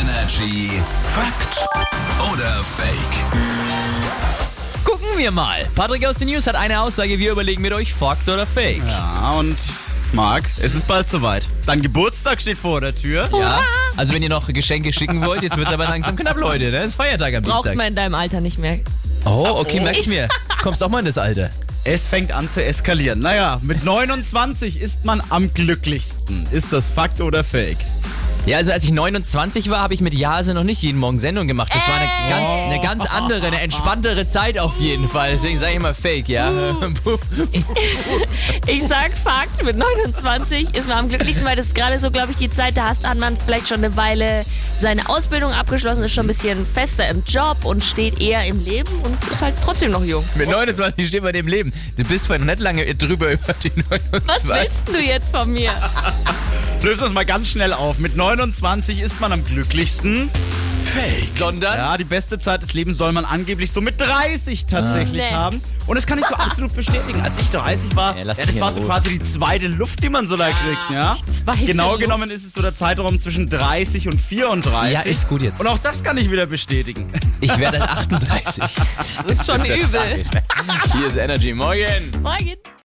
Energy Fakt oder Fake? Gucken wir mal. Patrick aus den News hat eine Aussage. Wir überlegen mit euch, Fakt oder Fake. Ja, Ah, und Marc, es ist bald soweit. Dein Geburtstag steht vor der Tür. Ja. Also wenn ihr noch Geschenke schicken wollt, jetzt wird es aber langsam knapp, Leute. Ne? Es ist Feiertag am Braucht Dienstag. man in deinem Alter nicht mehr. Oh, okay, merk ich mir. Kommst auch mal in das Alter. Es fängt an zu eskalieren. Naja, mit 29 ist man am glücklichsten. Ist das Fakt oder Fake? Ja, also als ich 29 war, habe ich mit Jase noch nicht jeden Morgen Sendung gemacht. Das war eine Ey. ganz, eine ganz andere, eine entspanntere Zeit auf jeden Fall. Deswegen sage ich immer Fake, ja. Uh. Puh. Ich sag Fakt, mit 29 ist man am glücklichsten, weil das ist gerade so, glaube ich, die Zeit, da hast hat man vielleicht schon eine Weile seine Ausbildung abgeschlossen, ist schon ein bisschen fester im Job und steht eher im Leben und ist halt trotzdem noch jung. Mit 29 steht man dem Leben. Du bist vorhin noch nicht lange drüber über die 29. Was willst du jetzt von mir? Lösen wir es mal ganz schnell auf. Mit 29 ist man am glücklichsten. Fake. Sondern? Ja, die beste Zeit des Lebens soll man angeblich so mit 30 tatsächlich Ah. Nee. haben. Und das kann ich so absolut bestätigen. Als ich 30 war, Ja, ja, lass das mich war in so Ruhe. quasi die zweite Luft, die man so da kriegt. Ja? Die zweite genau Luft. genommen ist es so der Zeitraum zwischen 30 und 34. Ja, ist gut jetzt. Und auch das kann ich wieder bestätigen. Ich werde 38. Das ist schon übel. Hier ist Energy. Morgen. Morgen.